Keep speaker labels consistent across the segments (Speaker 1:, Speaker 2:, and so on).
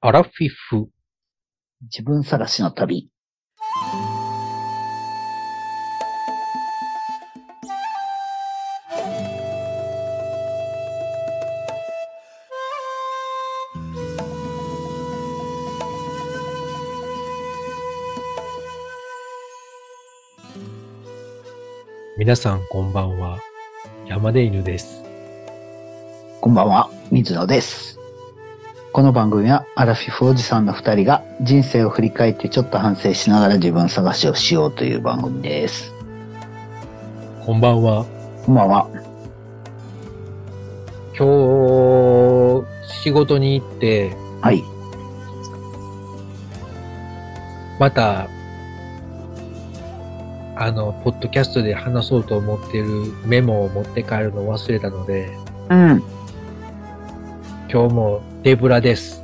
Speaker 1: アラフィフ。
Speaker 2: 自分探しの旅。
Speaker 1: 皆さんこんばんは。山根犬です。
Speaker 2: こんばんは、水野です。この番組はアラフィフおじさんの二人が人生を振り返ってちょっと反省しながら自分探しをしようという番組です。
Speaker 1: こんばんは。
Speaker 2: こんばんは。
Speaker 1: 今日、仕事に行って、
Speaker 2: はい。
Speaker 1: また、あの、ポッドキャストで話そうと思ってるメモを持って帰るのを忘れたので、
Speaker 2: うん。
Speaker 1: 今日もデブラです。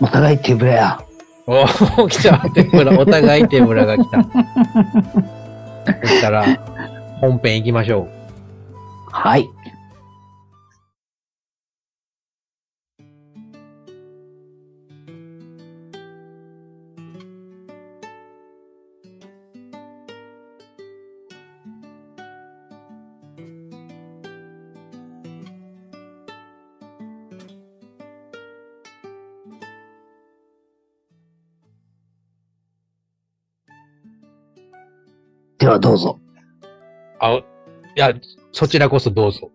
Speaker 2: お互い手ぶらや。
Speaker 1: おお、来た。デブラ、お互いデブラが来た。そしたら、本編行きましょう。
Speaker 2: はい。ではどうぞ。
Speaker 1: あ、いや、そちらこそどうぞ。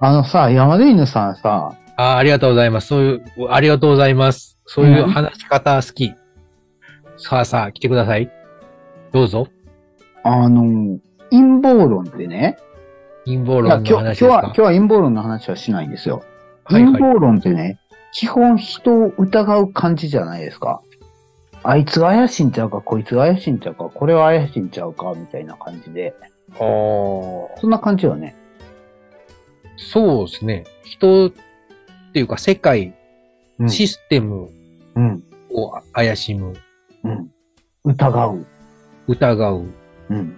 Speaker 2: あのさ、山田犬さんさ、
Speaker 1: あありがとうございます。そういう、ありがとうございます。そういう話し方好き。さあさあ、来てください。どうぞ。
Speaker 2: あの、陰謀論ってね、
Speaker 1: 陰謀
Speaker 2: い
Speaker 1: 論の
Speaker 2: や今日今
Speaker 1: 話です
Speaker 2: 日
Speaker 1: か
Speaker 2: は、今日は陰謀論の話はしないんですよ。
Speaker 1: はいはい
Speaker 2: 陰謀論ってね、基本人を疑う感じじゃないですか。あいつが怪しいんちゃうか、こいつが怪しいんちゃうか、これは怪しいんちゃうか、みたいな感じで。
Speaker 1: あ
Speaker 2: そんな感じよね。
Speaker 1: ーそうですね。人っていうか世界、
Speaker 2: うん
Speaker 1: システム
Speaker 2: うん。
Speaker 1: を怪しむ、
Speaker 2: うん。疑う。
Speaker 1: 疑う。
Speaker 2: うん。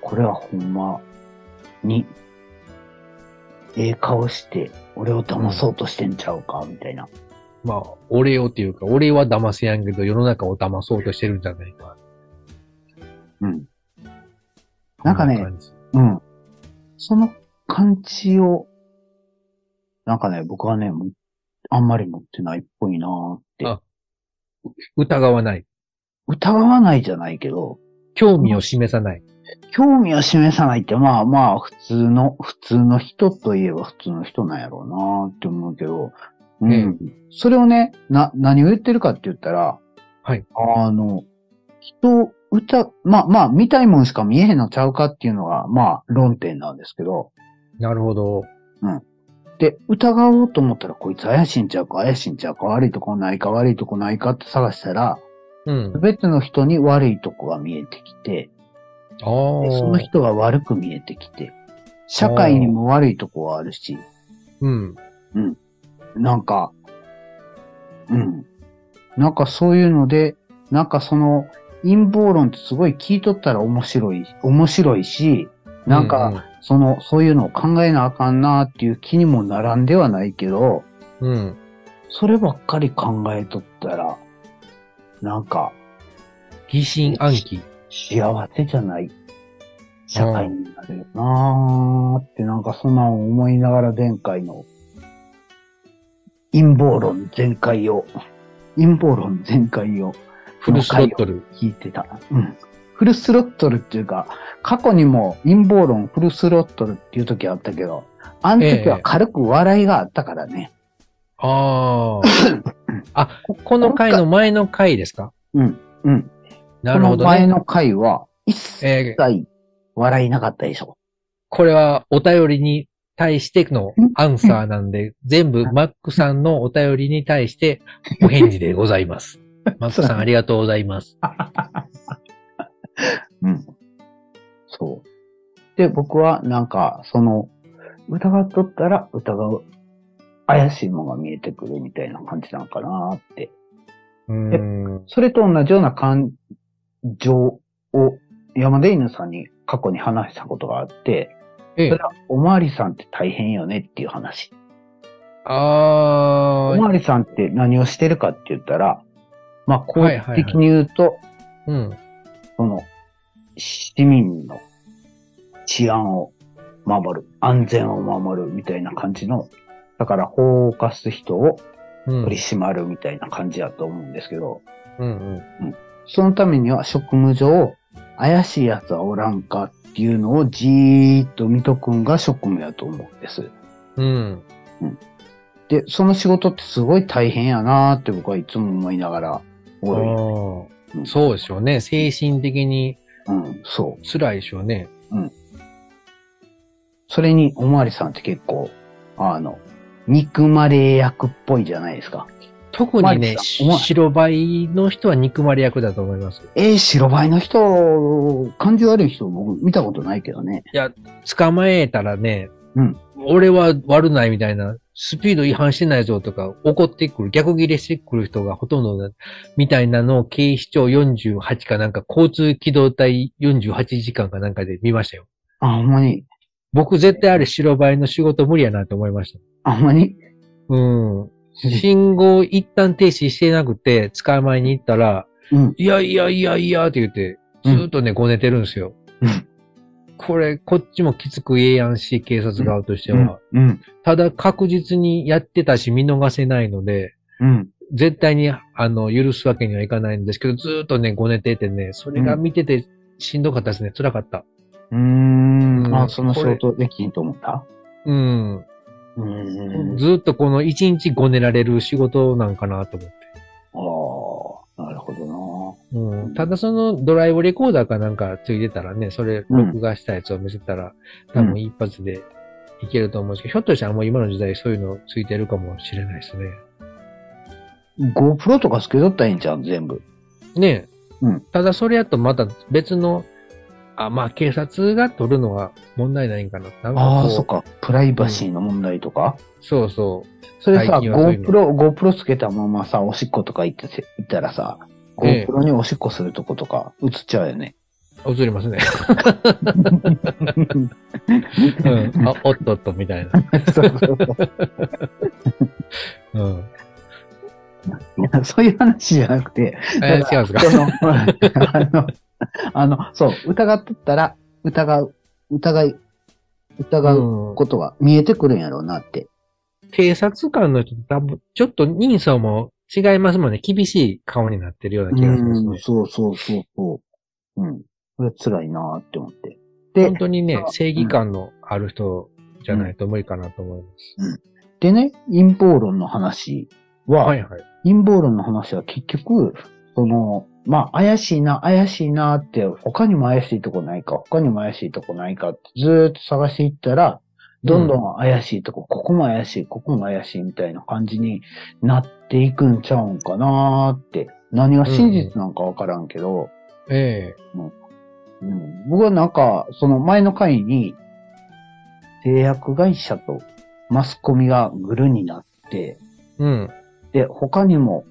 Speaker 2: これはほんまに、ええ顔して、俺を騙そうとしてんちゃうか、みたいな。
Speaker 1: まあ、俺をっていうか、俺は騙せやんけど、世の中を騙そうとしてるんじゃないか。
Speaker 2: うん。なんかね
Speaker 1: こな感じ
Speaker 2: うん。その感じを、なんかね、僕はね、もあんまり持ってないっぽいなーって
Speaker 1: あ。疑わない。
Speaker 2: 疑わないじゃないけど、
Speaker 1: 興味を示さない。
Speaker 2: 興味を示さないって、まあまあ、普通の、普通の人といえば普通の人なんやろうなーって思うけど、うん。
Speaker 1: ええ
Speaker 2: それをね、な、何を言ってるかって言ったら、
Speaker 1: はい。
Speaker 2: あの、人を歌、まあまあ、見たいもんしか見えへんのちゃうかっていうのが、まあ、論点なんですけど、
Speaker 1: なるほど。
Speaker 2: で、疑おうと思ったら、こいつ怪しいんちゃうか、怪しいんちゃうか、悪いとこないか、悪いとこないかって探したら、
Speaker 1: うん
Speaker 2: す。べての人に悪いとこが見えてきて、
Speaker 1: あー
Speaker 2: でその人が悪く見えてきて、社会にも悪いとこはあるし、
Speaker 1: うん。
Speaker 2: なんか、うん。なんかそういうので、なんかその、陰謀論ってすごい聞いとったら面白い、面白いし、なん
Speaker 1: う
Speaker 2: か、その、そういうのを考えなあかんなあっていう気にもならんではないけど、
Speaker 1: うん。
Speaker 2: そればっかり考えとったら、なんか、
Speaker 1: 疑心暗鬼。
Speaker 2: 幸せじゃない社会になるよなーって、なんかそんなん思いながら前回の、陰謀論全開を、陰謀論全開を
Speaker 1: フルスロットル。
Speaker 2: 聞いてた。うん。フルスロットルっていうか、過去にも陰謀論フルスロットルっていう時あったけど、あの時は軽く笑いがあったからね。
Speaker 1: ああ。あ、ここの回の前の回ですか
Speaker 2: うん。うん。
Speaker 1: なるほ
Speaker 2: この
Speaker 1: ど
Speaker 2: 前
Speaker 1: ね。
Speaker 2: の回は、一切
Speaker 1: えー
Speaker 2: 対笑いなかったでしょ。
Speaker 1: これはお便りに対してのアンサーなんで、全部マックさんのお便りに対してお返事でござい ます。マックさんありがとうございます。
Speaker 2: うん。そう。で、僕はなんか、その、疑っとったら疑う、怪しいものが見えてくるみたいな感じなんかなーって。
Speaker 1: うーん。
Speaker 2: それと同じような感情を山田犬さんに過去に話したことがあって、
Speaker 1: ええ
Speaker 2: それ。はおまわりさんって大変よねっていう話。
Speaker 1: あ
Speaker 2: お
Speaker 1: ー
Speaker 2: まわりさんって何をしてるかって言ったら、まあ、公
Speaker 1: はい
Speaker 2: 的
Speaker 1: はいはい
Speaker 2: に言うと、
Speaker 1: うん。
Speaker 2: その、市民の治安を守る、安全を守るみたいな感じの、だから法を犯す人を
Speaker 1: うん。
Speaker 2: 取り締まるみたいな感じだと思うんですけど、
Speaker 1: うんうん。
Speaker 2: そのためには職務上、怪しい奴はおらんかっていうのをじーっと見とくんが職務やと思うんです。
Speaker 1: うん。
Speaker 2: で、その仕事ってすごい大変やなーって僕はいつも思いながら、
Speaker 1: あ
Speaker 2: おい
Speaker 1: ー
Speaker 2: うん
Speaker 1: そうでしょうね。精神的に
Speaker 2: うん、そう。
Speaker 1: 辛いでしょうね。
Speaker 2: それに、おまわりさんって結構、あの、憎まれ役っぽいじゃないですか。
Speaker 1: 特にね、
Speaker 2: マリさんお前
Speaker 1: 白バイの人は憎まれ役だと思います。
Speaker 2: えー、白バイの人、感じ悪い人僕見たことないけどね。
Speaker 1: 捕まえたらね、
Speaker 2: うん
Speaker 1: 俺は悪ないみたいな、スピード違反してないぞとか怒ってくる、逆ギレしてくる人がほとんどだ、みたいなのを警視庁48かなんか交通機動隊48時間かなんかで見ましたよ。
Speaker 2: あ、ほんまに。
Speaker 1: 僕絶対あれ白バイの仕事無理やなと思いました。
Speaker 2: あ、ほんまに。
Speaker 1: うん。信号一旦停止してなくて捕まえに行ったら、
Speaker 2: うん。
Speaker 1: いやいやいやいやって言って、ずーっとね、ごねてるんですよ。
Speaker 2: うん
Speaker 1: これ、こっちもきつくええやんし、警察側としては。
Speaker 2: うん。
Speaker 1: ただ確実にやってたし見逃せないので、
Speaker 2: うん。
Speaker 1: 絶対に、あの、許すわけにはいかないんですけど、ずーっとね、ごねててね、それが見ててしんどかったですね。辛かった。
Speaker 2: うん。
Speaker 1: うん
Speaker 2: あ、その仕
Speaker 1: これ
Speaker 2: 事できんと思った
Speaker 1: うん。
Speaker 2: うん
Speaker 1: ずーっとこの一日ごねられる仕事なんかなと思って。
Speaker 2: ああ、なるほ
Speaker 1: うん、ただそのドライブレコーダーかなんかついてたらね、それ
Speaker 2: うん
Speaker 1: 録画したやつを見せたら、
Speaker 2: うん
Speaker 1: 多分一発でいけると思うんですけど、ひょっとしたらもう今の時代そういうのついてるかもしれないですね。
Speaker 2: どな。GoPro とかつけとったらいいんじゃん、全部。
Speaker 1: ねえ。
Speaker 2: うん
Speaker 1: ただそれやとまた別の、あ、まあ警察が取るのは問題ないんかな。なんか
Speaker 2: あ
Speaker 1: こ
Speaker 2: あ、
Speaker 1: う
Speaker 2: そっか。プライバシーの問題とか。
Speaker 1: そうそ
Speaker 2: それさ、
Speaker 1: 最近はそういう
Speaker 2: GoPro、GoPro つけたままさ、おしっことか行ってて、行ったらさ、
Speaker 1: ええ
Speaker 2: GoPro におしっこするとことか映っちゃうよね。
Speaker 1: う。映りますね。うん。 あ、おっとっとみたいな。
Speaker 2: そうそうそう
Speaker 1: うん。
Speaker 2: いやそういう話じゃなくて、
Speaker 1: え
Speaker 2: だ
Speaker 1: ー、違うんですか
Speaker 2: その、あの、あの、そう、疑っとったら、疑う、疑い、疑う
Speaker 1: うん
Speaker 2: ことが見えてくるんやろうなって。
Speaker 1: 警察官の人と多分、ちょっと人相も違いますもんね。厳しい顔になってるような気がします
Speaker 2: うん、
Speaker 1: ね。
Speaker 2: そうそうそうそう。うん。これ辛いなーって思って。で
Speaker 1: 本、当にね
Speaker 2: う、ん
Speaker 1: 正義感のある人じゃないと無理かなと思います。
Speaker 2: でね、陰謀論の話は、
Speaker 1: はいはい。
Speaker 2: 陰謀論の話は結局、その、まあ、怪しいな、怪しいなって、他にも怪しいとこないか、他にも怪しいとこないかってずーっと探していったら、どんどん怪しいとこ、ここも怪しい、ここも怪しいみたいな感じになっていくんちゃうんかなーって。何が真実なんかわからんけど、
Speaker 1: ええ
Speaker 2: うん僕はなんか、その前の回に、製薬会社とマスコミがグルになって、
Speaker 1: うん。
Speaker 2: で、他にも、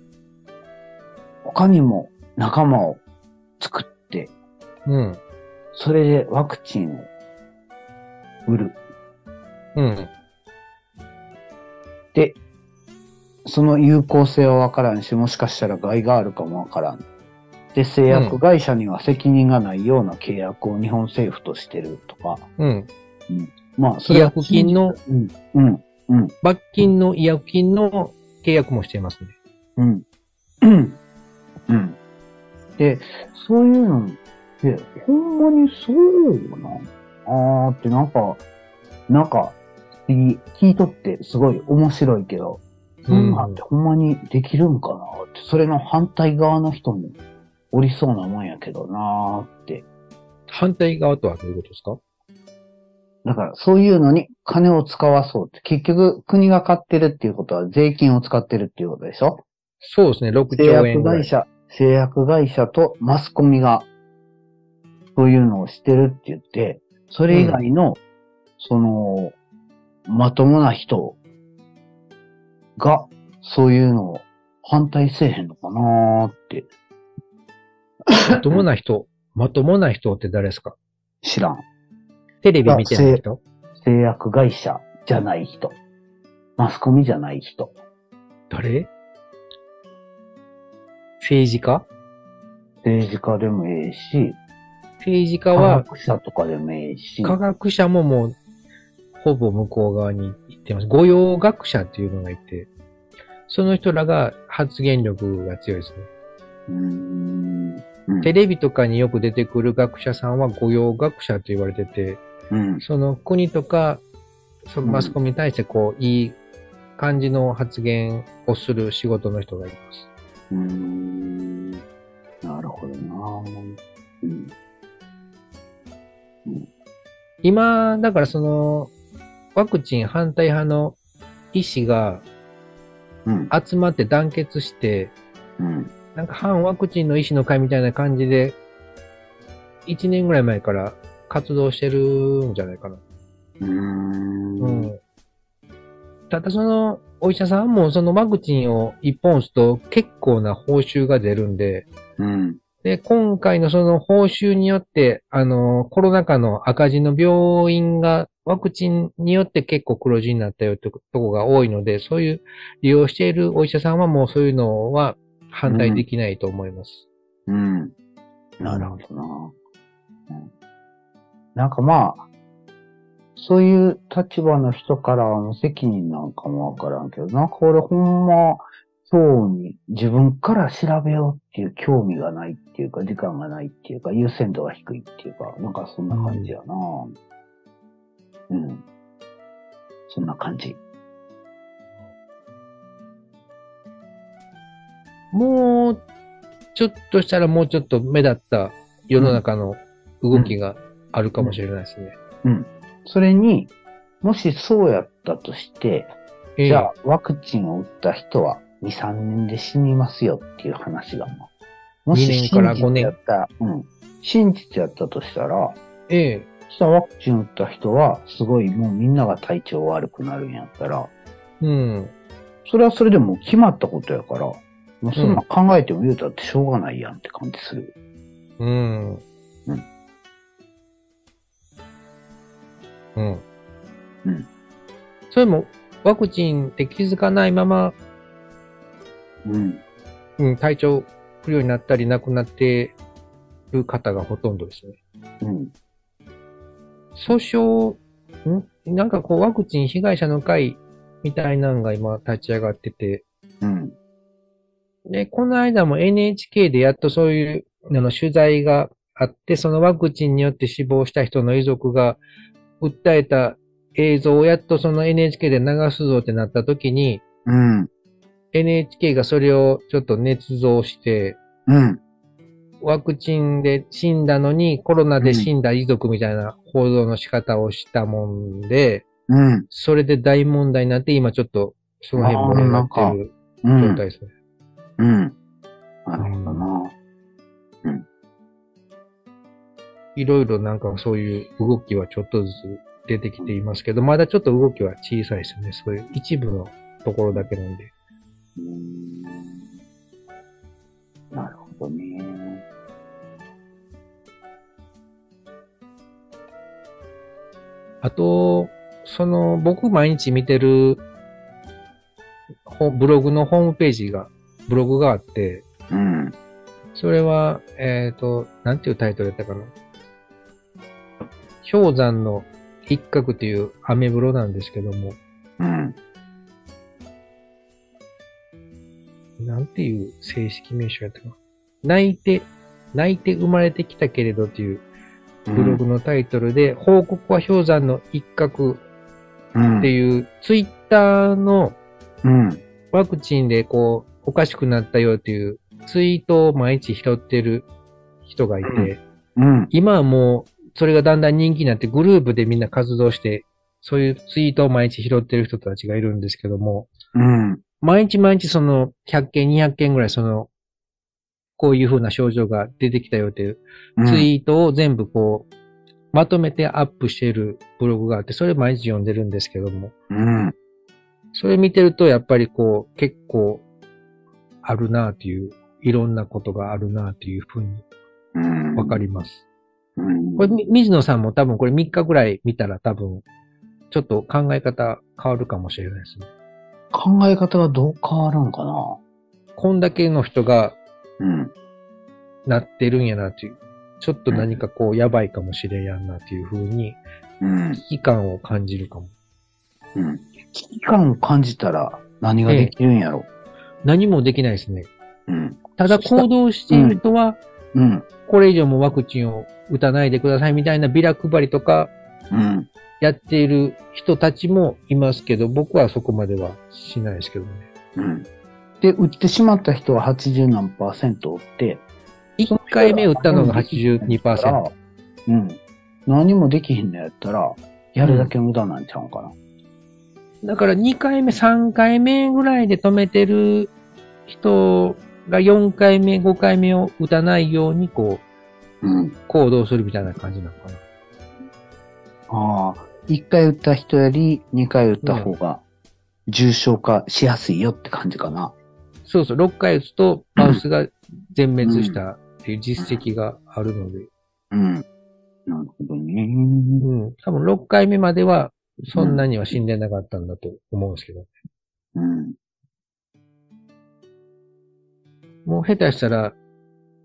Speaker 2: 他にも仲間を作って、
Speaker 1: うん。
Speaker 2: それでワクチンを売る。
Speaker 1: うん。
Speaker 2: で、その有効性はわからんし、もしかしたら害があるかもわからん。で、製薬会社には責任がないような契約を日本政府としてるとか、
Speaker 1: うん。
Speaker 2: まあ、そ
Speaker 1: 違
Speaker 2: れは
Speaker 1: 約金の、
Speaker 2: うん、うん、
Speaker 1: 罰金の違約金の契約もしていますね。
Speaker 2: うん、うん、うん。で、そういうのって、ほんまにそうなんあーってなんか、なんか、聞いとってすごい面白いけど、そんなんてほんまにできるんかなって、それの反対側の人もおりそうなもんやけどなーって。
Speaker 1: 反対側とはどういうことですか
Speaker 2: だからそういうのに金を使わそうって、結局国が買ってるっていうことは税金を使ってるっていうことでしょ
Speaker 1: そうですね、6
Speaker 2: 製
Speaker 1: 兆円
Speaker 2: 薬
Speaker 1: ぐら
Speaker 2: 会
Speaker 1: い。
Speaker 2: 社、製薬会社とマスコミが、そういうのをしてるって言って、それ以外の、その、まともな人が、そういうのを反対せえへんのかなーって
Speaker 1: まともな人、まともな人って誰ですか
Speaker 2: 知らん。
Speaker 1: テレビ見てない人
Speaker 2: 製薬会社じゃない人。マスコミじゃない人。
Speaker 1: 誰政治家
Speaker 2: 政治家でもええし、
Speaker 1: 政治家
Speaker 2: 科
Speaker 1: は
Speaker 2: 学者とかでもええし、
Speaker 1: 科学者ももう、ほぼ向こう側に行ってます。御用学者っていうのがいて、その人らが発言力が強いですね。
Speaker 2: うーん、うん
Speaker 1: テレビとかによく出てくる学者さんは御用学者と言われてて、
Speaker 2: うん、
Speaker 1: その国とか、そのマスコミに対してこう、いい感じの発言をする仕事の人がいます。
Speaker 2: うーん、なるほどなうん、
Speaker 1: 今、だからその、ワクチン反対派の医師が
Speaker 2: うん、
Speaker 1: 集まって団結して、
Speaker 2: うん、
Speaker 1: なんか反ワクチンの医師の会みたいな感じで、1年ぐらい前から活動してるんじゃないかな。
Speaker 2: うーん、
Speaker 1: う
Speaker 2: うん、
Speaker 1: ん。ただその、お医者さんもそのワクチンを1本打つと結構な報酬が出るんで、
Speaker 2: うん、
Speaker 1: で、今回のその報酬によって、あの、コロナ禍の赤字の病院がワクチンによって結構黒字になったよってとこが多いので、そういう利用しているお医者さんはもうそういうのは反対できないと思います。
Speaker 2: うん、なるほどな、うん、なんかまあ、そういう立場の人からは無責任なんかもわからんけど、なんか俺ほんま、興味、自分から調べようっていう興味がないっていうか、時間がないっていうか、優先度が低いっていうか、なんかそんな感じやなうん。そんな感じ。
Speaker 1: もう、ちょっとしたらもうちょっと目立った世の中の動きがあるかもしれないですね。
Speaker 2: それに、もしそうやったとして、
Speaker 1: ええ
Speaker 2: じゃあワクチンを打った人は2、3年で死にますよっていう話がもう。もし
Speaker 1: 2年から5
Speaker 2: 真実
Speaker 1: 年
Speaker 2: やったら、うん。真実やったとしたら、
Speaker 1: ええ
Speaker 2: したワクチン打った人は、すごいもうみんなが体調悪くなるんやったら、
Speaker 1: うん。
Speaker 2: それはそれでもう決まったことやから、もうそんなん考えても言うたってしょうがないやんって感じする。
Speaker 1: うん。
Speaker 2: うん。
Speaker 1: うん。
Speaker 2: うん。
Speaker 1: それも、ワクチンって気づかないまま、
Speaker 2: うん。
Speaker 1: うん、体調不良になったり亡くなってる方がほとんどですね。
Speaker 2: うん。
Speaker 1: 訴訟、んなんかこう、ワクチン被害者の会みたいなのが今立ち上がってて、
Speaker 2: うん。
Speaker 1: で、この間も NHK でやっとそういう、あの、取材があって、そのワクチンによって死亡した人の遺族が訴えた映像をやっとその NHK で流すぞってなった時に、
Speaker 2: うん。
Speaker 1: NHK がそれをちょっと捏造して、
Speaker 2: うん。
Speaker 1: ワクチンで死んだのにコロナで死んだ遺族みたいな報道の仕方をしたもんで、
Speaker 2: うん。
Speaker 1: それで大問題になって今ちょっとその辺もなってる
Speaker 2: う
Speaker 1: 状態
Speaker 2: ん。
Speaker 1: ですね。
Speaker 2: うん。なるほどな。
Speaker 1: いろいろなんかそういう動きはちょっとずつ出てきていますけど、まだちょっと動きは小さいですよね。そういう一部のところだけなんで。
Speaker 2: うーんなるほどね。
Speaker 1: あと、その僕毎日見てるほブログのホームページが、ブログがあって、
Speaker 2: うん。
Speaker 1: それは、えっ、と、なんていうタイトルやったかな。氷山の一角というアメブロなんですけども、
Speaker 2: うん。
Speaker 1: なんていう正式名称やったかな。泣いて、泣いて生まれてきたけれどというブログのタイトルで、報告は氷山の一角
Speaker 2: うん
Speaker 1: っていう、ツイッターの
Speaker 2: うん。
Speaker 1: ワクチンでこう、おかしくなったよっていうツイートを毎日拾ってる人がいて、
Speaker 2: うんうん。
Speaker 1: 今はもう、それがだんだん人気になってグループでみんな活動して、そういうツイートを毎日拾ってる人たちがいるんですけども、
Speaker 2: うん。
Speaker 1: 毎日毎日その100件、200件ぐらいその、こういう風な症状が出てきたよっていう
Speaker 2: うん
Speaker 1: ツイートを全部こう、まとめてアップしているブログがあって、それ毎日読んでるんですけども、
Speaker 2: うん。
Speaker 1: それ見てるとやっぱりこう、結構あるなっていう、いろんなことがあるなっていう風に
Speaker 2: うん。
Speaker 1: わかります。
Speaker 2: うん。
Speaker 1: これ、み水野さんも多分これ3日ぐらい見たら多分ちょっと考え方変わるかもしれないですね。
Speaker 2: 考え方がどう変わるんかな
Speaker 1: こんだけの人が
Speaker 2: うん。
Speaker 1: なってるんやなっていう、ちょっと何かこうやばいかもしれんやんなっていう風に
Speaker 2: うん。
Speaker 1: 危機感を感じるかも。
Speaker 2: うん。危機感を感じたら何ができるんやろ
Speaker 1: 何もできないですね。
Speaker 2: うん。
Speaker 1: ただ行動している人は、
Speaker 2: うん。
Speaker 1: これ以上もワクチンを打たないでくださいみたいなビラ配りとか
Speaker 2: うん。
Speaker 1: やっている人たちもいますけど、僕はそこまではしないですけどね。
Speaker 2: うん。で、売ってしまった人は80何パーセント売って、
Speaker 1: 1回目打ったのが
Speaker 2: だか
Speaker 1: 82%
Speaker 2: ら。うん。何もできへんのやったら、やるだけ無駄なんちゃうんかな。
Speaker 1: だから2回目、3回目ぐらいで止めてる人が4回目、5回目を打たないようにこ
Speaker 2: うん
Speaker 1: う。行動するみたいな感じなのかな。
Speaker 2: ああ、1回打った人より2回打った方が重症化しやすいよって感じかな。
Speaker 1: そうそう、6回打つとマウスが全滅したっていう実績があるので、
Speaker 2: うん。なるほどね。
Speaker 1: うん。多分6回目までは、そんなには死んでなかったんだと思うんですけど。
Speaker 2: うん。
Speaker 1: もう下手したら、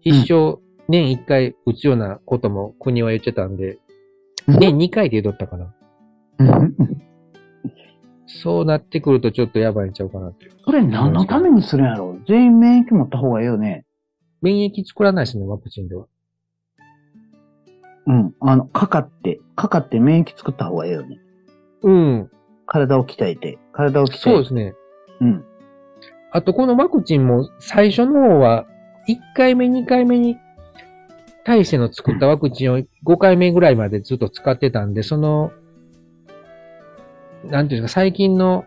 Speaker 1: 一生、年1回打つようなことも国は言ってたんで、
Speaker 2: うん
Speaker 1: 年2回で言うとったかな。
Speaker 2: うん。
Speaker 1: そうなってくるとちょっとやばいんちゃうかなっていう。
Speaker 2: それ何のためにするんやろ全員免疫持った方がいいよね。
Speaker 1: 免疫作らないですね、ワクチンでは。
Speaker 2: うん。あの、かかって、かかって免疫作った方がいいよね。
Speaker 1: うん。
Speaker 2: 体を鍛えて、体を鍛えて。
Speaker 1: そうですね。
Speaker 2: うん。
Speaker 1: あとこのワクチンも最初の方は、1回目、2回目に、大勢の作ったワクチンを5回目ぐらいまでずっと使ってたんで、その、なんていうんですか、最近の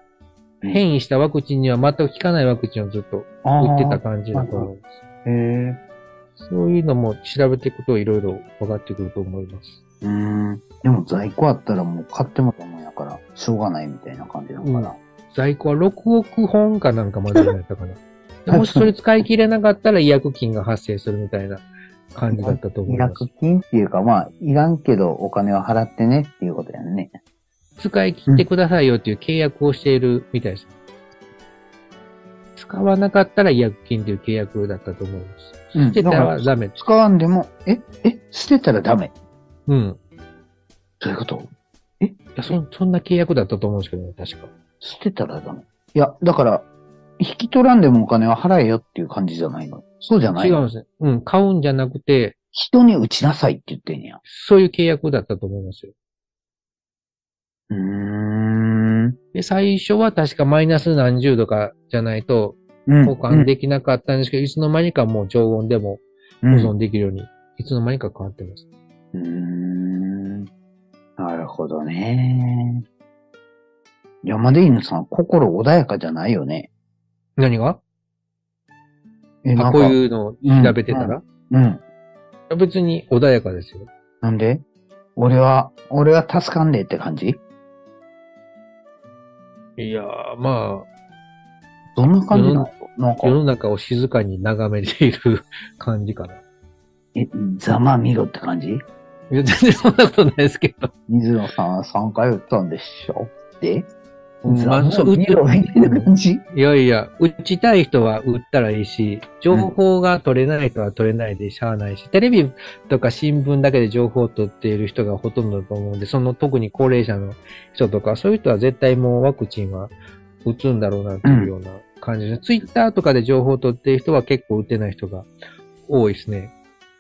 Speaker 1: 変異したワクチンには全く効かないワクチンをずっと打ってた感じだと思いま
Speaker 2: た。へえ。
Speaker 1: す。そういうのも調べていくといろいろ分かってくると思います。
Speaker 2: うん。でも在庫あったらもう買ってもらうもんやから、しょうがないみたいな感じなのかな。
Speaker 1: 在庫は6億本かなんかまでになったかな。でもしそれ使い切れなかったら違約金が発生するみたいな感じだったと思
Speaker 2: 医
Speaker 1: います。
Speaker 2: 薬金っていうか、まあ、いらんけどお金は払ってねっていうことやんね。
Speaker 1: 使い切ってくださいよっていう契約をしているみたいです。使わなかったら違約金という契約だったと思います。
Speaker 2: うん
Speaker 1: 捨てたらダメ。
Speaker 2: 使わんでも、え、え、捨てたらダメ。
Speaker 1: うん。
Speaker 2: どういうこと
Speaker 1: いやそんそんな契約だったと思うんですけどね、確か。
Speaker 2: 捨てたらダメ。いや、だから、引き取らんでもお金は払えよっていう感じじゃないの。そうじゃない
Speaker 1: 違うん
Speaker 2: の
Speaker 1: ですね。うん。買うんじゃなくて、
Speaker 2: 人に打ちなさいって言ってんや。
Speaker 1: そういう契約だったと思いますよ。
Speaker 2: うーん。
Speaker 1: で、最初は確かマイナス何十度かじゃないと、
Speaker 2: うん
Speaker 1: 交換できなかったんですけど、いつの間にかもう常温でも
Speaker 2: う
Speaker 1: 保
Speaker 2: ん
Speaker 1: 存できるように、いつの間にか変わってます。
Speaker 2: うーん。なるほどね。山田犬さん、心穏やかじゃないよね。
Speaker 1: 何が
Speaker 2: え、
Speaker 1: あ、こう
Speaker 2: う。
Speaker 1: いうのを調べてたら、
Speaker 2: うん。
Speaker 1: 別に穏やかですよ。
Speaker 2: なんで俺は、俺は助かんねえって感じ
Speaker 1: いやー、ま
Speaker 2: どんな感じなのなん
Speaker 1: あ、世
Speaker 2: か、
Speaker 1: の中を静かに眺めている感じかな。い
Speaker 2: え、ざまあ見ろって感じ
Speaker 1: や、全然そんなことないですけど。
Speaker 2: 水野さんは3回打ったんでしょで、
Speaker 1: うんまあ
Speaker 2: ざまあ
Speaker 1: そう
Speaker 2: 見ろみたいな感じ
Speaker 1: いやいや、打ちたい人は打ったらいいし、情報が取れない人は取れないでしゃあないし、テレビとか新聞だけで情報を取っている人がほとんどだと思うんで、その特に高齢者の人とか、そういう人は絶対もうワクチンは打つんだろうなっていうような感じで、ツイッターとかで情報を取っている人は結構打てない人が多いですね。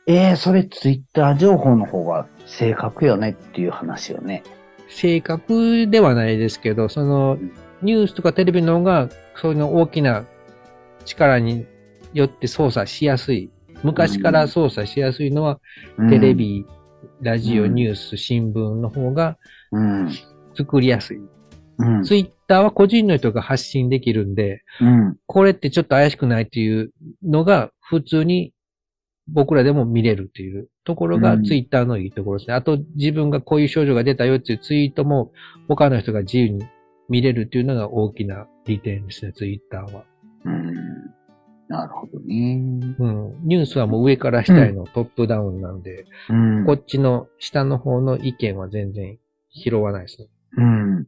Speaker 2: えー、それツイッター情報の方が正確よねっていう話よね。
Speaker 1: 正確ではないですけど、その
Speaker 2: ん
Speaker 1: ニュースとかテレビの方が、そういうの大きな力によって操作しやすい。昔から操作しやすいのは、
Speaker 2: うん
Speaker 1: テレ、ビ、ラジオ、
Speaker 2: うん
Speaker 1: ニュース、新聞の方が
Speaker 2: うん。
Speaker 1: 作りやすい。
Speaker 2: うん。
Speaker 1: ツイッターは個人の人が発信できるんで、
Speaker 2: うん。
Speaker 1: これってちょっと怪しくないっていうのが、普通に僕らでも見れるっていうところ
Speaker 2: う
Speaker 1: が
Speaker 2: ん
Speaker 1: ツイッターのいいところですね。あと自分がこういう症状が出たよっていうツイートも他の人が自由に見れるっていうのが大きな利点ですね、ツイッターは。
Speaker 2: うん。なるほどね。
Speaker 1: うん。ニュースはもう上から下へのトップダウンなんで、
Speaker 2: うん。
Speaker 1: こっちの下の方の意見は全然拾わないですね。
Speaker 2: うん。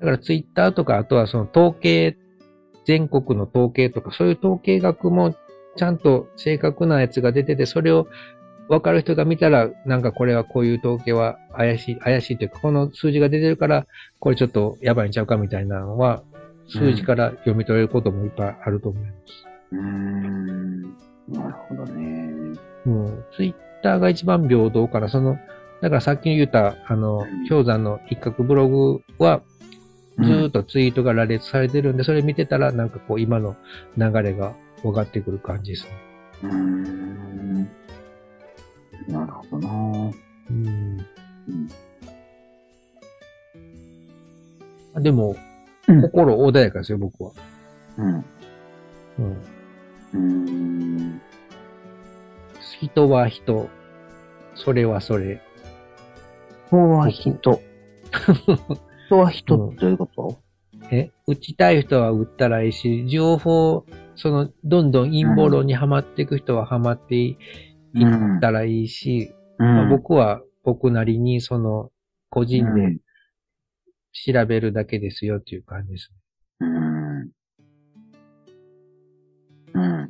Speaker 1: からツイッターとか、あとはその統計、全国の統計とか、そういう統計学もちゃんと正確なやつが出てて、それを分かる人が見たら、なんかこれはこういう統計は怪しい、怪しいというか、この数字が出てるから、これちょっとやばいんちゃうかみたいなのは、数字から読み取れることもいっぱいあると思います。
Speaker 2: うーん。なるほどね。
Speaker 1: もう、ツイッターが一番平等から、その、だからさっき言った、あの
Speaker 2: うん、
Speaker 1: 氷山の一角ブログは、ずーっとツイートが羅列されてるんで、それ見てたら、なんかこう、今の流れが分かってくる感じですね。
Speaker 2: うーん。なるほどな。
Speaker 1: うん。
Speaker 2: うん
Speaker 1: でも、
Speaker 2: うん
Speaker 1: 心穏やかですよ、僕は。
Speaker 2: うん。
Speaker 1: うん。
Speaker 2: うーん。
Speaker 1: 人は人、それはそれ。
Speaker 2: 人は人。人は人ってどういうこと、
Speaker 1: え、打ちたい人は打ったらいいし、情報、その、どんどん陰謀論にはまっていく人ははまってい
Speaker 2: うん
Speaker 1: ったらいいし、
Speaker 2: うん
Speaker 1: まあ、僕は僕なりにその個人
Speaker 2: う
Speaker 1: で
Speaker 2: ん
Speaker 1: 調べるだけですよっていう感じです。
Speaker 2: うん。うん。
Speaker 1: うん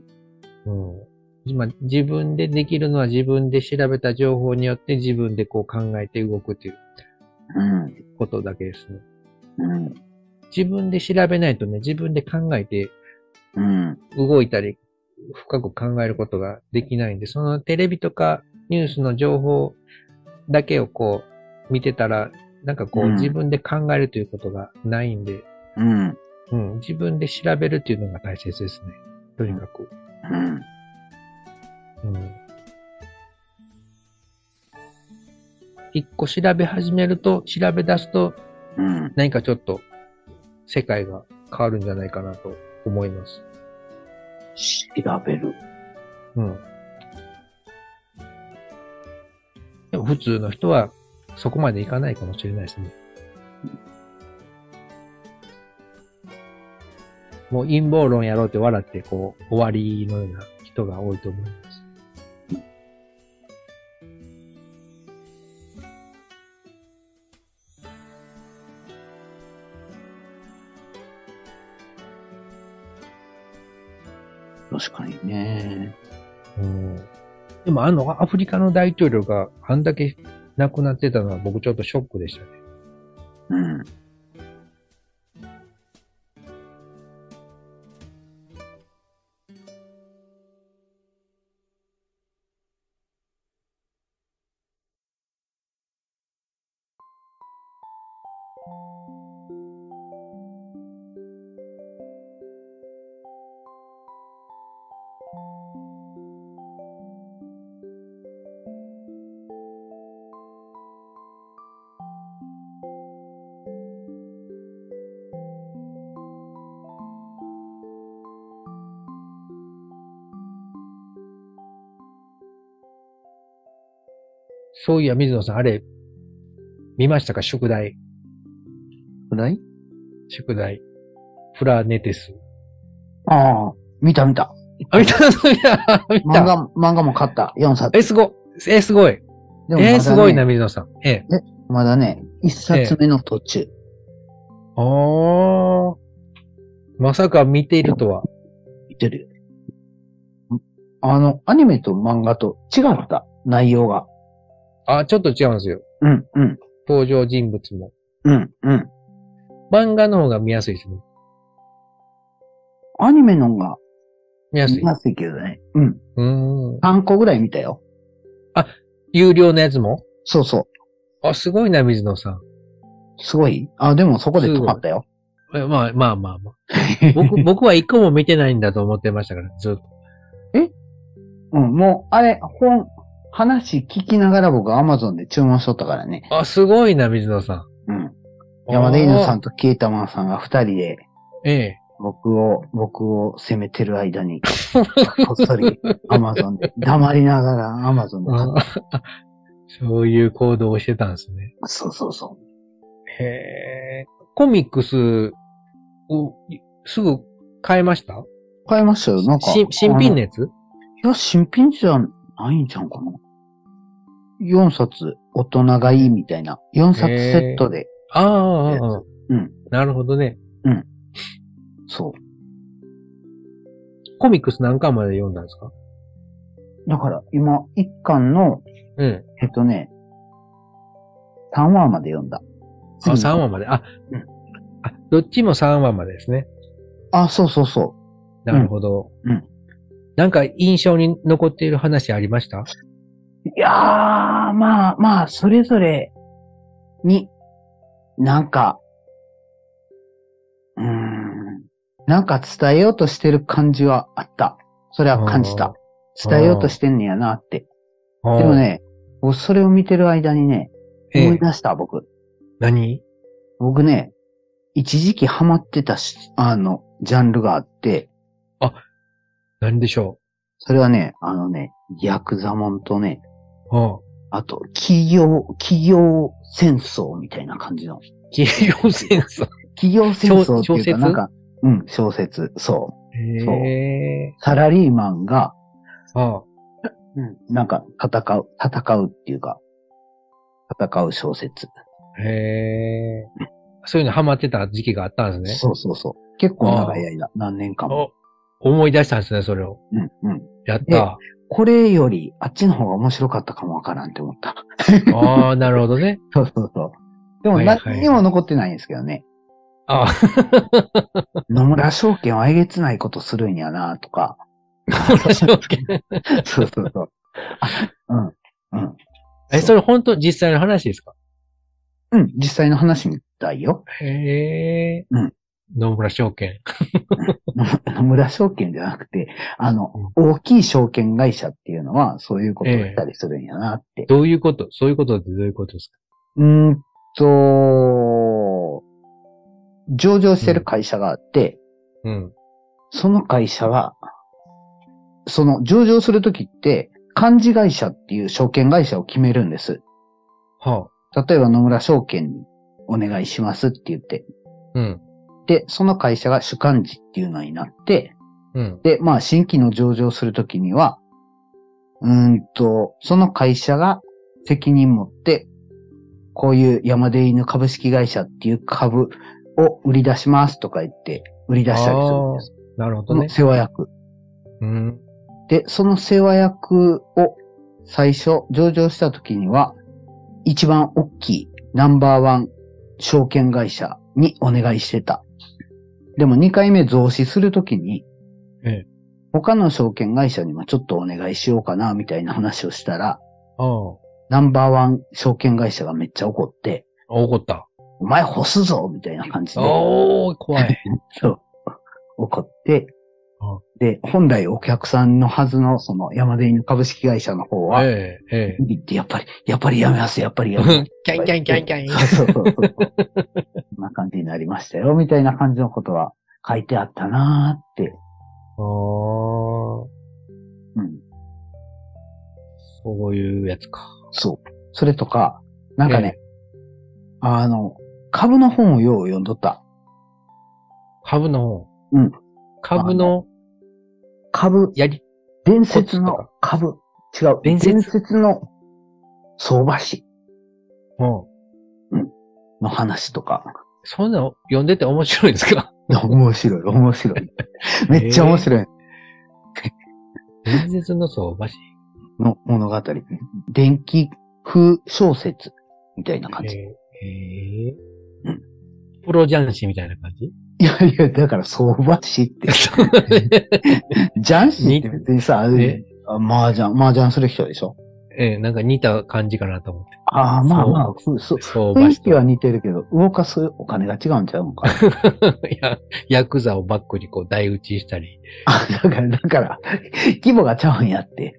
Speaker 1: 今自分でできるのは自分で調べた情報によって自分でこう考えて動くっていう
Speaker 2: うん。
Speaker 1: ことだけですね。
Speaker 2: うん。
Speaker 1: 自分で調べないとね、自分で考えて
Speaker 2: うん。
Speaker 1: 動いたり深く考えることができないんで、そのテレビとかニュースの情報だけをこう見てたら、なんかこう
Speaker 2: うん
Speaker 1: 自分で考えるということがないんで、
Speaker 2: うん。
Speaker 1: うん、自分で調べるっていうのが大切ですね。とにかく。
Speaker 2: う
Speaker 1: う
Speaker 2: ん。
Speaker 1: ん。一個調べ始めると、調べ出すと、
Speaker 2: うん。
Speaker 1: 何かちょっと世界が変わるんじゃないかなと思います。
Speaker 2: 調べる。
Speaker 1: うん。でも普通の人はそこまでいかないかもしれないですね。もう陰謀論やろうって笑ってこう終わりのような人が多いと思います。
Speaker 2: 確かにね。
Speaker 1: うん。でもあのアフリカの大統領があんだけ亡くなってたのは僕ちょっとショックでしたね。
Speaker 2: うん。
Speaker 1: そういや水野さんあれ、見ましたか宿題。
Speaker 2: くらい
Speaker 1: 宿題。フラネテス。
Speaker 2: ああ、見た見た。
Speaker 1: あ、見た、見た、見
Speaker 2: 漫
Speaker 1: た。
Speaker 2: 画、漫画も買った。4冊。
Speaker 1: え、すごい。え、すごい。
Speaker 2: でもまだね
Speaker 1: え、すごいな、水野さん。ええ。
Speaker 2: まだね、1冊目の途中。
Speaker 1: あー。まさか見ているとは。
Speaker 2: 見てるよね。あの、アニメと漫画と違った内容が。
Speaker 1: あ、ちょっと違うんですよ。
Speaker 2: うん、うん、
Speaker 1: 登場人物も。
Speaker 2: うん、うん。
Speaker 1: 漫画の方が見やすいですね。
Speaker 2: アニメの方が
Speaker 1: 見やすい。
Speaker 2: 見
Speaker 1: う
Speaker 2: やすいけどね。うん。
Speaker 1: ーん。
Speaker 2: 3個ぐらい見たよ。
Speaker 1: 有料のやつも
Speaker 2: そうそ
Speaker 1: あ、すごいな、水野さん。
Speaker 2: う。すごい。あ、でもそこで止まったよ。
Speaker 1: えまあまあまあまあ。 僕、僕は一個も見てないんだと思ってましたから、ずっと。
Speaker 2: うん、もう、あれ、本、話聞きながら僕 Amazon で注文しとったからね。
Speaker 1: あ、すごいな、水野さ
Speaker 2: うん。
Speaker 1: ん。
Speaker 2: 山田犬さ
Speaker 1: ん。
Speaker 2: んとケータマンさんが二人で、
Speaker 1: ええ。
Speaker 2: 僕を、僕を責めてる間に、こっそり Amazon で、黙りながら Amazon で買っ
Speaker 1: あ そういう行動をしてたんですね。
Speaker 2: た。そうそうそ
Speaker 1: へえ。コミックスをいすぐ買えました
Speaker 2: う。買いましたよ、なんか。
Speaker 1: し新品の
Speaker 2: ね。
Speaker 1: やつ
Speaker 2: いや、新品じゃないんちゃうかな。4冊、大人がいいみたいな。4冊セットで。
Speaker 1: ああああ、ああ
Speaker 2: うん。
Speaker 1: なるほどね。
Speaker 2: そ
Speaker 1: コミックス何巻まで読んだんですか
Speaker 2: う。だから今、一巻の、
Speaker 1: うん。
Speaker 2: えっとね、3話まで読んだ。
Speaker 1: あ、3話まで。あ
Speaker 2: うん、
Speaker 1: あ、どっちも3話までですね。
Speaker 2: あ、そうそうそう。
Speaker 1: なるほど。
Speaker 2: うんうん
Speaker 1: なんか印象に残っている話ありました
Speaker 2: いやー、まあまあ、それぞれに、なんか、うーん、なんか伝えようとしてる感じはあった。それは感じた。伝えようとしてんねやなって。
Speaker 1: で
Speaker 2: でも、ね、僕それを見てる間にね、
Speaker 1: ええ
Speaker 2: 思い出した、僕。
Speaker 1: 何
Speaker 2: 僕ね、一時期ハマってたし、あの、ジャンルがあって、
Speaker 1: 何でしょ
Speaker 2: それはね、あのね、ヤクザモンとね、
Speaker 1: うは
Speaker 2: あと、企業、企業戦争みたいな感じの。
Speaker 1: あ企業戦争。
Speaker 2: 企業戦争って
Speaker 1: 小小
Speaker 2: いう
Speaker 1: 説
Speaker 2: か、なんか、うん、小説、そう。そう
Speaker 1: へえ。
Speaker 2: サラリーマンが、
Speaker 1: ああ
Speaker 2: なんか、戦う、戦うっていうか、戦う小説。
Speaker 1: へえ。そういうのハマってた時期があったんですね。
Speaker 2: そうそうそう。結構長い間、何年間も。
Speaker 1: お思い出したんですね、それを。
Speaker 2: うん、うん。
Speaker 1: やった。
Speaker 2: これより、あっちの方が面白かったかもわからんって思った。
Speaker 1: ああ、なるほどね。
Speaker 2: そうそうそう。でも、
Speaker 1: はいはい
Speaker 2: 何にも残ってないんですけどね。
Speaker 1: ああ、
Speaker 2: 野村証券はえげつないことするんやな、とか。そうそうそう。あ、うん、うん。
Speaker 1: え、それ本当実際の話ですか
Speaker 2: うん、実際の話みたいよ。
Speaker 1: へえ。
Speaker 2: うん。
Speaker 1: 野村証券。
Speaker 2: 野村証券じゃなくて、あの、大きい証券会社っていうのは、そういうことをしたりするんやなって。
Speaker 1: どういうことそういうことってどういうことですか
Speaker 2: うーんと、上場してる会社があって、
Speaker 1: うん。
Speaker 2: その会社は、その上場するときって、幹事会社っていう証券会社を決めるんです。
Speaker 1: は
Speaker 2: 例えば野村証券にお願いしますって言って。
Speaker 1: あ。うん。
Speaker 2: で、その会社が主幹事っていうのになって、
Speaker 1: うん。
Speaker 2: で、まあ、新規の上場するときには、うーんと、その会社が責任持って、こういう山出犬株式会社っていう株を売り出しますとか言って、売り出したりするんです。
Speaker 1: なるほ
Speaker 2: そ
Speaker 1: どね
Speaker 2: の。世話役。
Speaker 1: うん。
Speaker 2: で、その世話役を最初上場したときには、一番大きいナンバーワン証券会社にお願いしてた。でも2回目増資するときに
Speaker 1: ええ、
Speaker 2: 他の証券会社にもちょっとお願いしようかな、みたいな話をしたら、
Speaker 1: ああ。
Speaker 2: ナンバーワン証券会社がめっちゃ怒って、
Speaker 1: 怒った。
Speaker 2: お前干すぞみたいな感じで、
Speaker 1: おー、怖い。
Speaker 2: そう。怒って
Speaker 1: うん、
Speaker 2: で、本来お客さんのはずの、その、山出犬株式会社の方は、
Speaker 1: ええ、ええ。
Speaker 2: ビビって、やっぱり、やっぱりやめます、やっぱり
Speaker 1: キ
Speaker 2: やめま
Speaker 1: ャ
Speaker 2: す。
Speaker 1: ン キャンキャンキャン。
Speaker 2: そうそうそうそう。こんな感じになりましたよ、みたいな感じのことは書いてあったなーって。
Speaker 1: あー
Speaker 2: うん。
Speaker 1: そういうやつか。
Speaker 2: そう。それとか、なんかね、あの、株の本をよう読んどった。
Speaker 1: 株の、
Speaker 2: うん。
Speaker 1: 株の
Speaker 2: 株、
Speaker 1: やり、
Speaker 2: 伝説
Speaker 1: コツと
Speaker 2: の
Speaker 1: か
Speaker 2: 株。違う。
Speaker 1: 伝説
Speaker 2: の相場師
Speaker 1: うん。
Speaker 2: の話とか。
Speaker 1: そんなの読んでて面白いですか
Speaker 2: 面白い、面白い。めっちゃ面白い。
Speaker 1: 伝説の相場師。
Speaker 2: の物語。電気風小説みたいな感じ。
Speaker 1: えーえー
Speaker 2: うん
Speaker 1: プロ雀士みたいな感じ
Speaker 2: いやいや、だから相場師 って。ジャン師って別にさ、あれ
Speaker 1: ね
Speaker 2: 麻雀、麻雀する人でしょ
Speaker 1: ええ、なんか似た感じかなと思って。
Speaker 2: ああ、まあまあ、そうそう
Speaker 1: 相
Speaker 2: 雰
Speaker 1: 場
Speaker 2: 囲
Speaker 1: 師
Speaker 2: 気は
Speaker 1: と。
Speaker 2: 似てるけど、動かすお金が違うんちゃうんかな。
Speaker 1: いや、ヤクザをバックにこう台打ちしたり。
Speaker 2: あだから、だから、規模がちゃうんやって。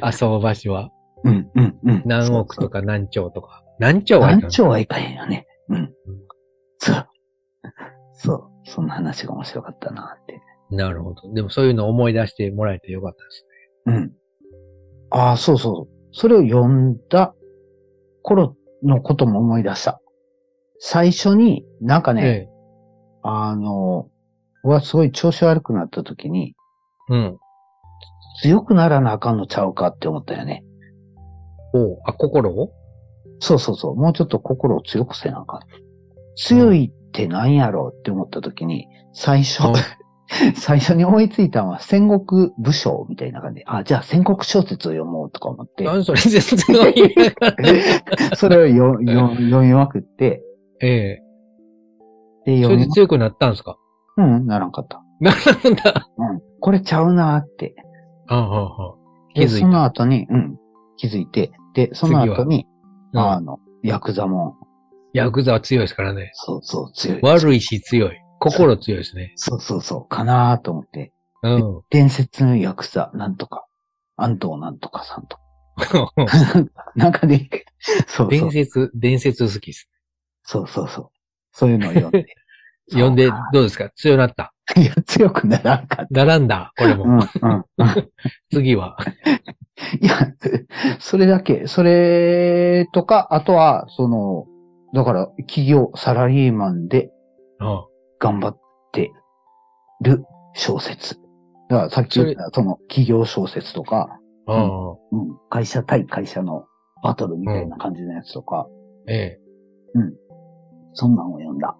Speaker 1: あ、相場師は。
Speaker 2: うん、うん、うん。
Speaker 1: 何億とか何兆とか。何兆はいかん
Speaker 2: 何兆はいかへんよね。うん。そう。そう。そんな話が面白かったなって。
Speaker 1: なるほど。でもそういうのを思い出してもらえてよかったです
Speaker 2: うん。ああ、そうそうそう。それを読んだ頃のことも思い出した。最初に、なんかね、
Speaker 1: ね。ええ。
Speaker 2: あの、うわ、すごい調子悪くなった時に、
Speaker 1: うん。
Speaker 2: 強くならなあかんのちゃうかって思ったよね。
Speaker 1: おうあ、心を
Speaker 2: そうそうそう。もうちょっと心を強くせなあかん。強いってなんやろうって思った時に、最初、
Speaker 1: うん
Speaker 2: 最初に思いついたのは戦国武将みたいな感じで、あ、じゃあ戦国小説を読もうとか思って、
Speaker 1: 何それ全然わけわからん
Speaker 2: それをよよ読みまくって、
Speaker 1: ええ。
Speaker 2: で、
Speaker 1: それ
Speaker 2: 読み
Speaker 1: で
Speaker 2: ま、
Speaker 1: 強くなったんですか
Speaker 2: うん、ならんかった。
Speaker 1: なんだ。
Speaker 2: うん。これちゃうなーって。
Speaker 1: ああ、ああ、気
Speaker 2: で
Speaker 1: づい
Speaker 2: そ
Speaker 1: た。
Speaker 2: の後に、うん、気づいて、で、その後に、あ
Speaker 1: うん
Speaker 2: の、ヤクザも、
Speaker 1: ヤクザは強いですからね。
Speaker 2: そうそう、強い。
Speaker 1: 悪いし強い。心強いですね。
Speaker 2: そうそうそう、かなーと思って、
Speaker 1: うん。
Speaker 2: 伝説のヤクザ、なんとか、安藤なんとかさんとか、なんかね、 そうそ
Speaker 1: 伝
Speaker 2: う、
Speaker 1: 説、伝説好きです。。
Speaker 2: そうそうそう、そういうのを読んで
Speaker 1: 読んで
Speaker 2: そうか
Speaker 1: どうですか強なった。
Speaker 2: いや、強くならんかった。
Speaker 1: 並んだ、これ
Speaker 2: うん、
Speaker 1: も。
Speaker 2: うん。
Speaker 1: 次は。
Speaker 2: いや、それだけ、それとか、あとは、その、だから、企業、サラリーマンで
Speaker 1: うん
Speaker 2: 頑張ってる小説。だからさっき言った、その企業小説とか、
Speaker 1: うん。
Speaker 2: うん、会社対会社のバトルみたいな感じのやつとか、
Speaker 1: ええ。
Speaker 2: そんなんを読んだ。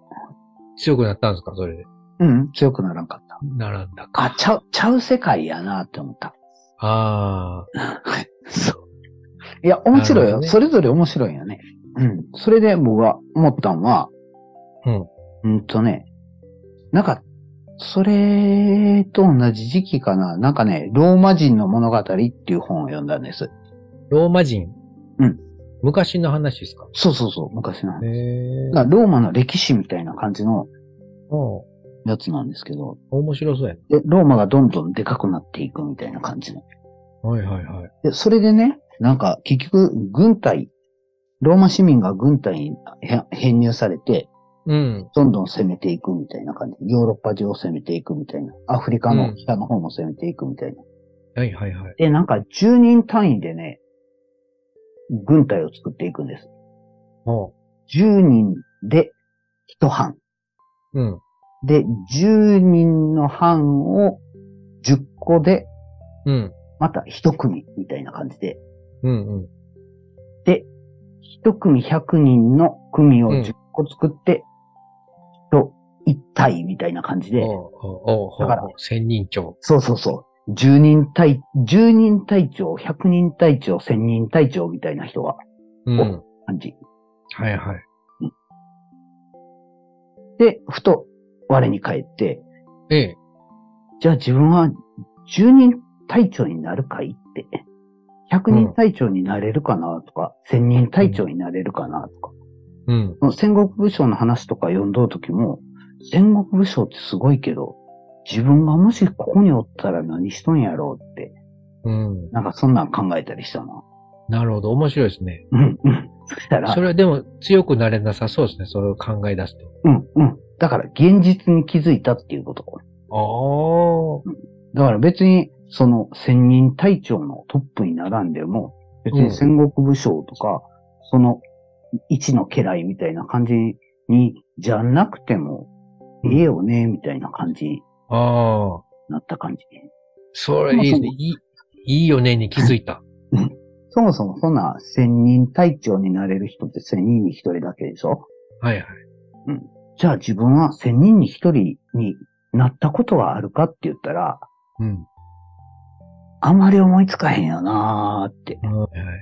Speaker 1: 強くなったんですかそれで。
Speaker 2: うん、強くならんかった。
Speaker 1: 並んだか。
Speaker 2: あ、ちゃう、ちゃう世界やなって思った。
Speaker 1: あ
Speaker 2: そう。いや、面白い
Speaker 1: なるほ
Speaker 2: よ。
Speaker 1: どね
Speaker 2: それぞれ面白いよね。うん。それで僕は思ったんは、
Speaker 1: うん。
Speaker 2: うんとね、なんか、それと同じ時期かな。なんかね、ローマ人の物語っていう本を読んだんです。
Speaker 1: あ。ローマ人。
Speaker 2: うん。
Speaker 1: 昔の話ですか
Speaker 2: そうそうそう、昔の話。
Speaker 1: へえ。
Speaker 2: だからローマの歴史みたいな感じ
Speaker 1: う
Speaker 2: の
Speaker 1: ん。
Speaker 2: やつなんですけど、
Speaker 1: 面白そうや
Speaker 2: で、ローマがどんどんでかくなっていくみたいな感じの。
Speaker 1: な。はいはいはい。
Speaker 2: で、それでね、なんか結局、軍隊、ローマ市民が軍隊にへ編入されて、
Speaker 1: うん。
Speaker 2: どんどん攻めていくみたいな感じ。ヨーロッパ中を攻めていくみたいな。アフリカの北の方も攻めていくみたいな。
Speaker 1: はいはいはい。
Speaker 2: で、なんか10人単位でね、軍隊を作っていくんです。
Speaker 1: うん。
Speaker 2: 10人で1班。
Speaker 1: うん。
Speaker 2: で、10人の班を10個で、
Speaker 1: うん。
Speaker 2: また1組みたいな感じで。
Speaker 1: うん。うん。
Speaker 2: 1組100人の組
Speaker 1: う
Speaker 2: を
Speaker 1: ん
Speaker 2: 10個作って、人1体みたいな感じで。
Speaker 1: おうおうおう
Speaker 2: だから
Speaker 1: おう千人長。
Speaker 2: そうそうそう。10人隊、10人隊長、100人隊長、1000人隊長みたいな人が、
Speaker 1: うん。
Speaker 2: 感じ。
Speaker 1: はいはい。
Speaker 2: で、ふと、我に返って、
Speaker 1: ええ。
Speaker 2: じゃあ自分は10人隊長になるかいって。100人隊長になれるかなとか、1000人隊長になれるかなとか。
Speaker 1: うん。
Speaker 2: その戦国武将の話とか読んどるときも、戦国武将ってすごいけど、自分がもしここにおったら何しとんやろうって、
Speaker 1: うん。
Speaker 2: なんかそんなん考えたりしたな。
Speaker 1: なるほど。面白いですね。
Speaker 2: うん、うん。そしたら
Speaker 1: そ、れはでも強くなれなさそうですね。それを考え出す
Speaker 2: うん、うん。だから現実に気づいたっていうこと。
Speaker 1: と。
Speaker 2: だから別に、その千人隊長のトップに並んでも、別
Speaker 1: う
Speaker 2: に
Speaker 1: ん
Speaker 2: 戦国武将とか、その一の家来みたいな感じに、じゃなくても、
Speaker 1: うん
Speaker 2: ええよね、みたいな感じに
Speaker 1: ああ。ああ。
Speaker 2: なった感じ。
Speaker 1: それいいですね。いい、いいよねに気づいた。
Speaker 2: そもそもそんな千人隊長になれる人って千人に一人だけでしょ
Speaker 1: はいはい。
Speaker 2: じゃあ自分は千人に一人になったことはあるかって言ったら、
Speaker 1: うん。
Speaker 2: あまり思いつかへんよなーって。
Speaker 1: はいはい。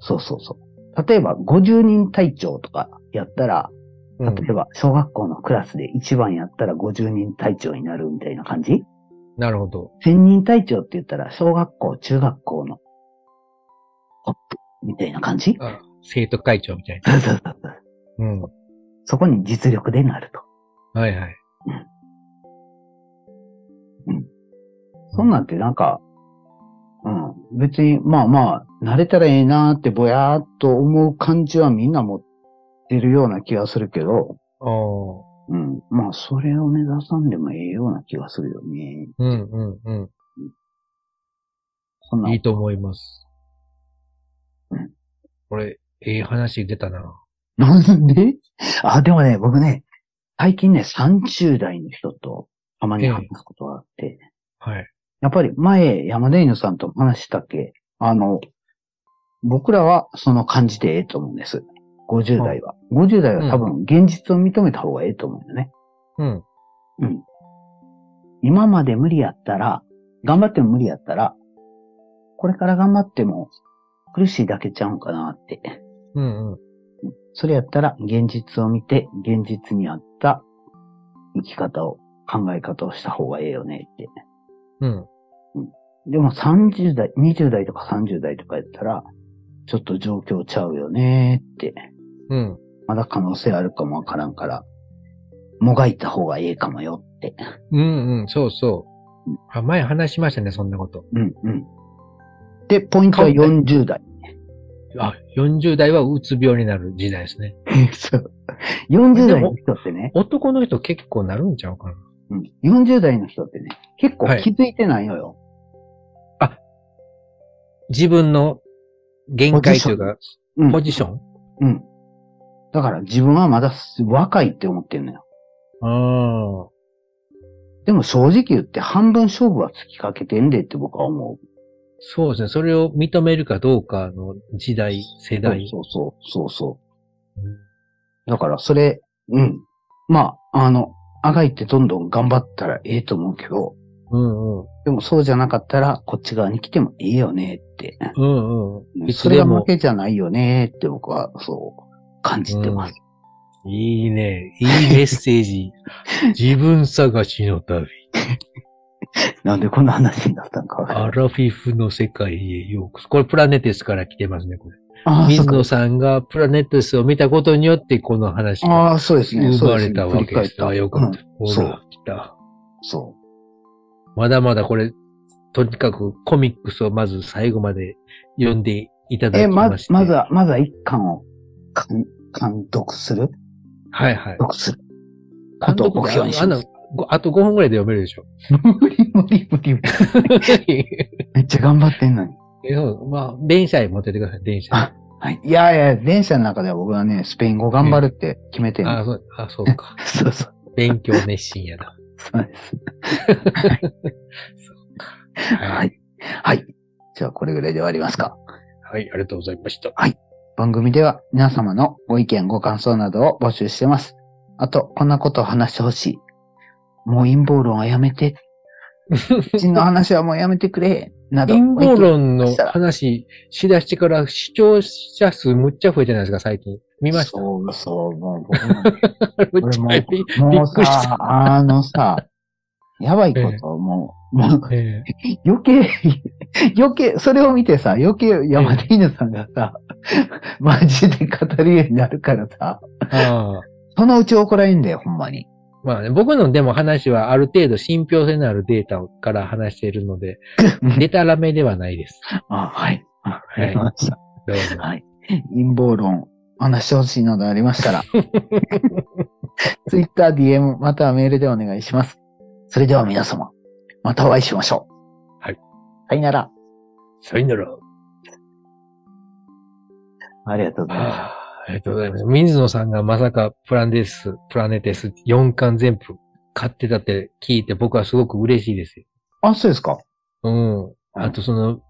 Speaker 2: そうそうそう。例えば50人隊長とかやったら、
Speaker 1: うん
Speaker 2: 例えば、小学校のクラスで1番やったら50人隊長になるみたいな感じ
Speaker 1: なるほど。
Speaker 2: ?1000 人隊長って言ったら、小学校、中学校のトップみたいな感じ
Speaker 1: あ生徒会長みたいな。
Speaker 2: そうそうそうそ
Speaker 1: う
Speaker 2: う
Speaker 1: ん。
Speaker 2: そこに実力でなると。
Speaker 1: はいはい。
Speaker 2: そんなんてなんか、うん。別に、まあまあ、慣れたらええなーってぼやーっと思う感じはみんな持ってるような気がするけど、
Speaker 1: おー
Speaker 2: うん。まあ、それを目指さんでもええような気がするよね。
Speaker 1: うんうん
Speaker 2: そん
Speaker 1: う。
Speaker 2: なんん
Speaker 1: いいと思います
Speaker 2: うん。
Speaker 1: これ、ええ話出たな。
Speaker 2: なんで あ、でもね、僕ね、最近ね、30代の人とたまに話すことがあって、
Speaker 1: はい。
Speaker 2: やっぱり前、山田犬さんとも話したっけ、あの、僕らはその感じでええと思うんです。 50代は。50代は多分現実を認めた方がええと思うんだね。
Speaker 1: うん。
Speaker 2: うん。今まで無理やったら、頑張っても無理やったら、これから頑張っても苦しいだけちゃうんかなって。
Speaker 1: うんうん。
Speaker 2: それやったら現実を見て、現実に合った生き方を、考え方をした方がええよねって。
Speaker 1: うん。
Speaker 2: でも30代、20代とか30代とかやったら、ちょっと状況ちゃうよねって。
Speaker 1: うん。
Speaker 2: まだ可能性あるかもわからんから、もがいた方がええかもよって。
Speaker 1: うんうん。そうそう
Speaker 2: うん。
Speaker 1: あ、前話しましたね、そんなこと。
Speaker 2: うんうん。で、ポイントは40代。
Speaker 1: あ、40代はうつ病になる時代ですね。
Speaker 2: そう。40代の人ってね、
Speaker 1: 男の人結構なるんちゃうかな。
Speaker 2: うん、40代の人ってね、結構
Speaker 1: はい
Speaker 2: 気づいてないのよ。
Speaker 1: 自分の限界というか、
Speaker 2: うん
Speaker 1: ポジション
Speaker 2: うん。だから自分はまだ若いって思ってんのよ。
Speaker 1: あ
Speaker 2: でも正直言って半分勝負は突きかけてんでって僕は思う。
Speaker 1: あ。そうですね。それを認めるかどうかの時代、世代。
Speaker 2: そうそうそうそう
Speaker 1: うん
Speaker 2: そう。だからそれ、うん。まあ、あの、あがいてどんどん頑張ったらええと思うけど、
Speaker 1: うんうん。
Speaker 2: でもそうじゃなかったらこっち側に来てもいいよねって。
Speaker 1: うんうん。いつ
Speaker 2: それ
Speaker 1: で
Speaker 2: が
Speaker 1: も
Speaker 2: 負。けじゃないよねって僕はそう感じてます。
Speaker 1: いいね。いいメッセー ジ。自分探しの旅。
Speaker 2: なんでこんな話になったんかわから
Speaker 1: ア
Speaker 2: ない。
Speaker 1: ラフィフの世界へようこそ。これプラネテスから来てますね、これ。
Speaker 2: ああ、そ
Speaker 1: 水
Speaker 2: うか
Speaker 1: 野さんがプラネテスを見たことによって、この話が
Speaker 2: ああ、そうですね。
Speaker 1: 生
Speaker 2: そう
Speaker 1: ま
Speaker 2: です
Speaker 1: れ
Speaker 2: ね
Speaker 1: たわけで
Speaker 2: 振り
Speaker 1: す。
Speaker 2: 返
Speaker 1: あ、よかっ
Speaker 2: う
Speaker 1: た
Speaker 2: ん。
Speaker 1: ほ
Speaker 2: そ
Speaker 1: ら
Speaker 2: う、
Speaker 1: 来た。
Speaker 2: そ
Speaker 1: まだまだこれ、とにかくコミックスをまず最後まで読んでいた
Speaker 2: う。
Speaker 1: だ
Speaker 2: え、
Speaker 1: き
Speaker 2: ま
Speaker 1: まし
Speaker 2: ず、
Speaker 1: て。
Speaker 2: まずは、まずは一巻を監監督する
Speaker 1: はいはい。
Speaker 2: 読する。ことを目標にし
Speaker 1: あ
Speaker 2: ま
Speaker 1: の
Speaker 2: す。、
Speaker 1: ごあと5分くらいで読めるで しょ。
Speaker 2: 無理 無理無理無理。めっちゃ頑張ってんのに。
Speaker 1: いやまあ、電車へ持ってってください、電車。
Speaker 2: あはい。いやいや、電車の中では僕はね、スペイン語頑張るって決めてる、
Speaker 1: あ、そう、あ、そうか。
Speaker 2: そうそう。
Speaker 1: 勉強熱心やな。
Speaker 2: そうです。は
Speaker 1: はい。
Speaker 2: い。はい。じゃあ、これぐらいで終わりますか。
Speaker 1: はい、ありがとうございました。
Speaker 2: 番組では皆様のご意見、ご感想などを募集してます。あと、こんなことを話してほしい。もう陰謀論はやめ て。うちの話はもうやめてくれ。など。
Speaker 1: 陰謀論の話しだしてから視聴者数むっちゃ増えてないですか、最近。見ました
Speaker 2: そうそう、もう僕も
Speaker 1: むっ
Speaker 2: 俺
Speaker 1: ち
Speaker 2: も
Speaker 1: ゃびっ
Speaker 2: う、もう
Speaker 1: くりし
Speaker 2: さ、あのさ、やばいこ
Speaker 1: ええ
Speaker 2: とをもう、もう
Speaker 1: た。ええ
Speaker 2: 余計、余計、それを見てさ、余計山田犬さんがさ、マジで語るようになるからさ、
Speaker 1: ああ
Speaker 2: そのうち怒られんだよ、ほんまに。
Speaker 1: まあね、僕のでも話はある程度信憑性のあるデータから話しているの で、デタラメではないです。
Speaker 2: あ、はい。あ
Speaker 1: い
Speaker 2: わかりました。
Speaker 1: どうぞ。
Speaker 2: はい。陰謀論、話してほしいなどありました ら、ツイッター、DM、またはメールでお願いします。それでは皆様、またお会いしましょう。
Speaker 1: はい。
Speaker 2: さよなら。
Speaker 1: さよなら。
Speaker 2: ありがとうございます。
Speaker 1: あありがとうございます。水野さんがまさかプラネテス、プラネテス4巻全部買ってたって聞いて僕はすごく嬉しいですよ。
Speaker 2: あ、そうですか。
Speaker 1: うん。あとその、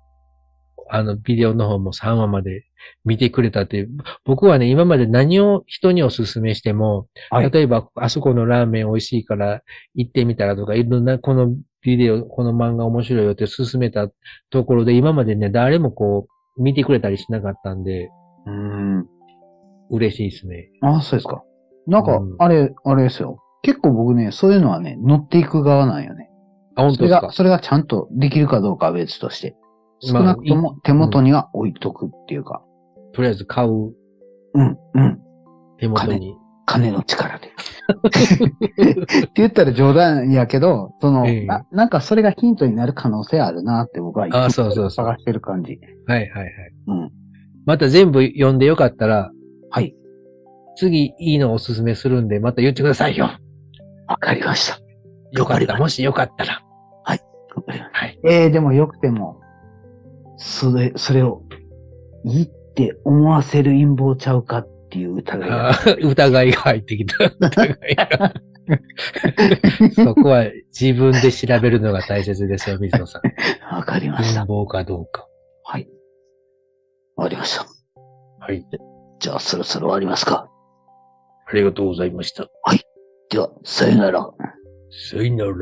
Speaker 1: あの、ビデオの方も3話まで見てくれたっていう。僕はね、今まで何を人にお勧めしても、
Speaker 2: はい
Speaker 1: 例えば、あそこのラーメン美味しいから行ってみたらとか、いろんな、このビデオ、この漫画面白いよって勧めたところで、今までね、誰もこう、見てくれたりしなかったんで、
Speaker 2: うーん。
Speaker 1: 嬉しいですね。
Speaker 2: あ、そうですか。なんか
Speaker 1: うん、
Speaker 2: あれ、あれですよ。結構僕ね、そういうのはね、乗っていく側なんよね。
Speaker 1: あ、本
Speaker 2: そ
Speaker 1: 当
Speaker 2: れ
Speaker 1: です
Speaker 2: が、
Speaker 1: か
Speaker 2: それがちゃんとできるかどうかは別として。少
Speaker 1: まあ
Speaker 2: なくとも手元には置いとくっていうか。
Speaker 1: とりあえず買う
Speaker 2: うん、うん。
Speaker 1: 手元に。
Speaker 2: 金の力で。って言ったら冗談やけど、その、
Speaker 1: ええ
Speaker 2: ななんかそれがヒントになる可能性あるなって僕はいつも
Speaker 1: あそうそうそう
Speaker 2: 探してる感じ。
Speaker 1: はいはいはい。
Speaker 2: うん。
Speaker 1: また全部読んでよかったら、
Speaker 2: はい。
Speaker 1: 次いいのをおすすめするんで、また言ってくださいよ。
Speaker 2: わかりました。
Speaker 1: よかっ。
Speaker 2: わかりました
Speaker 1: もしよかったら。
Speaker 2: わかりました
Speaker 1: はい。
Speaker 2: ええでもよくても、それ、それを、いいって思わせる陰謀ちゃうかっていう疑い
Speaker 1: あ
Speaker 2: が。
Speaker 1: ー疑いが入ってきた。疑い がそこは自分で調べるのが大切ですよ、水野さん。
Speaker 2: わかりま
Speaker 1: 陰
Speaker 2: した。
Speaker 1: 謀かどうか。
Speaker 2: はい。わかりました。
Speaker 1: はい。
Speaker 2: じゃあそろそろ終わりますか。
Speaker 1: ありがとうございました。
Speaker 2: では、さよなら。
Speaker 1: さよなら。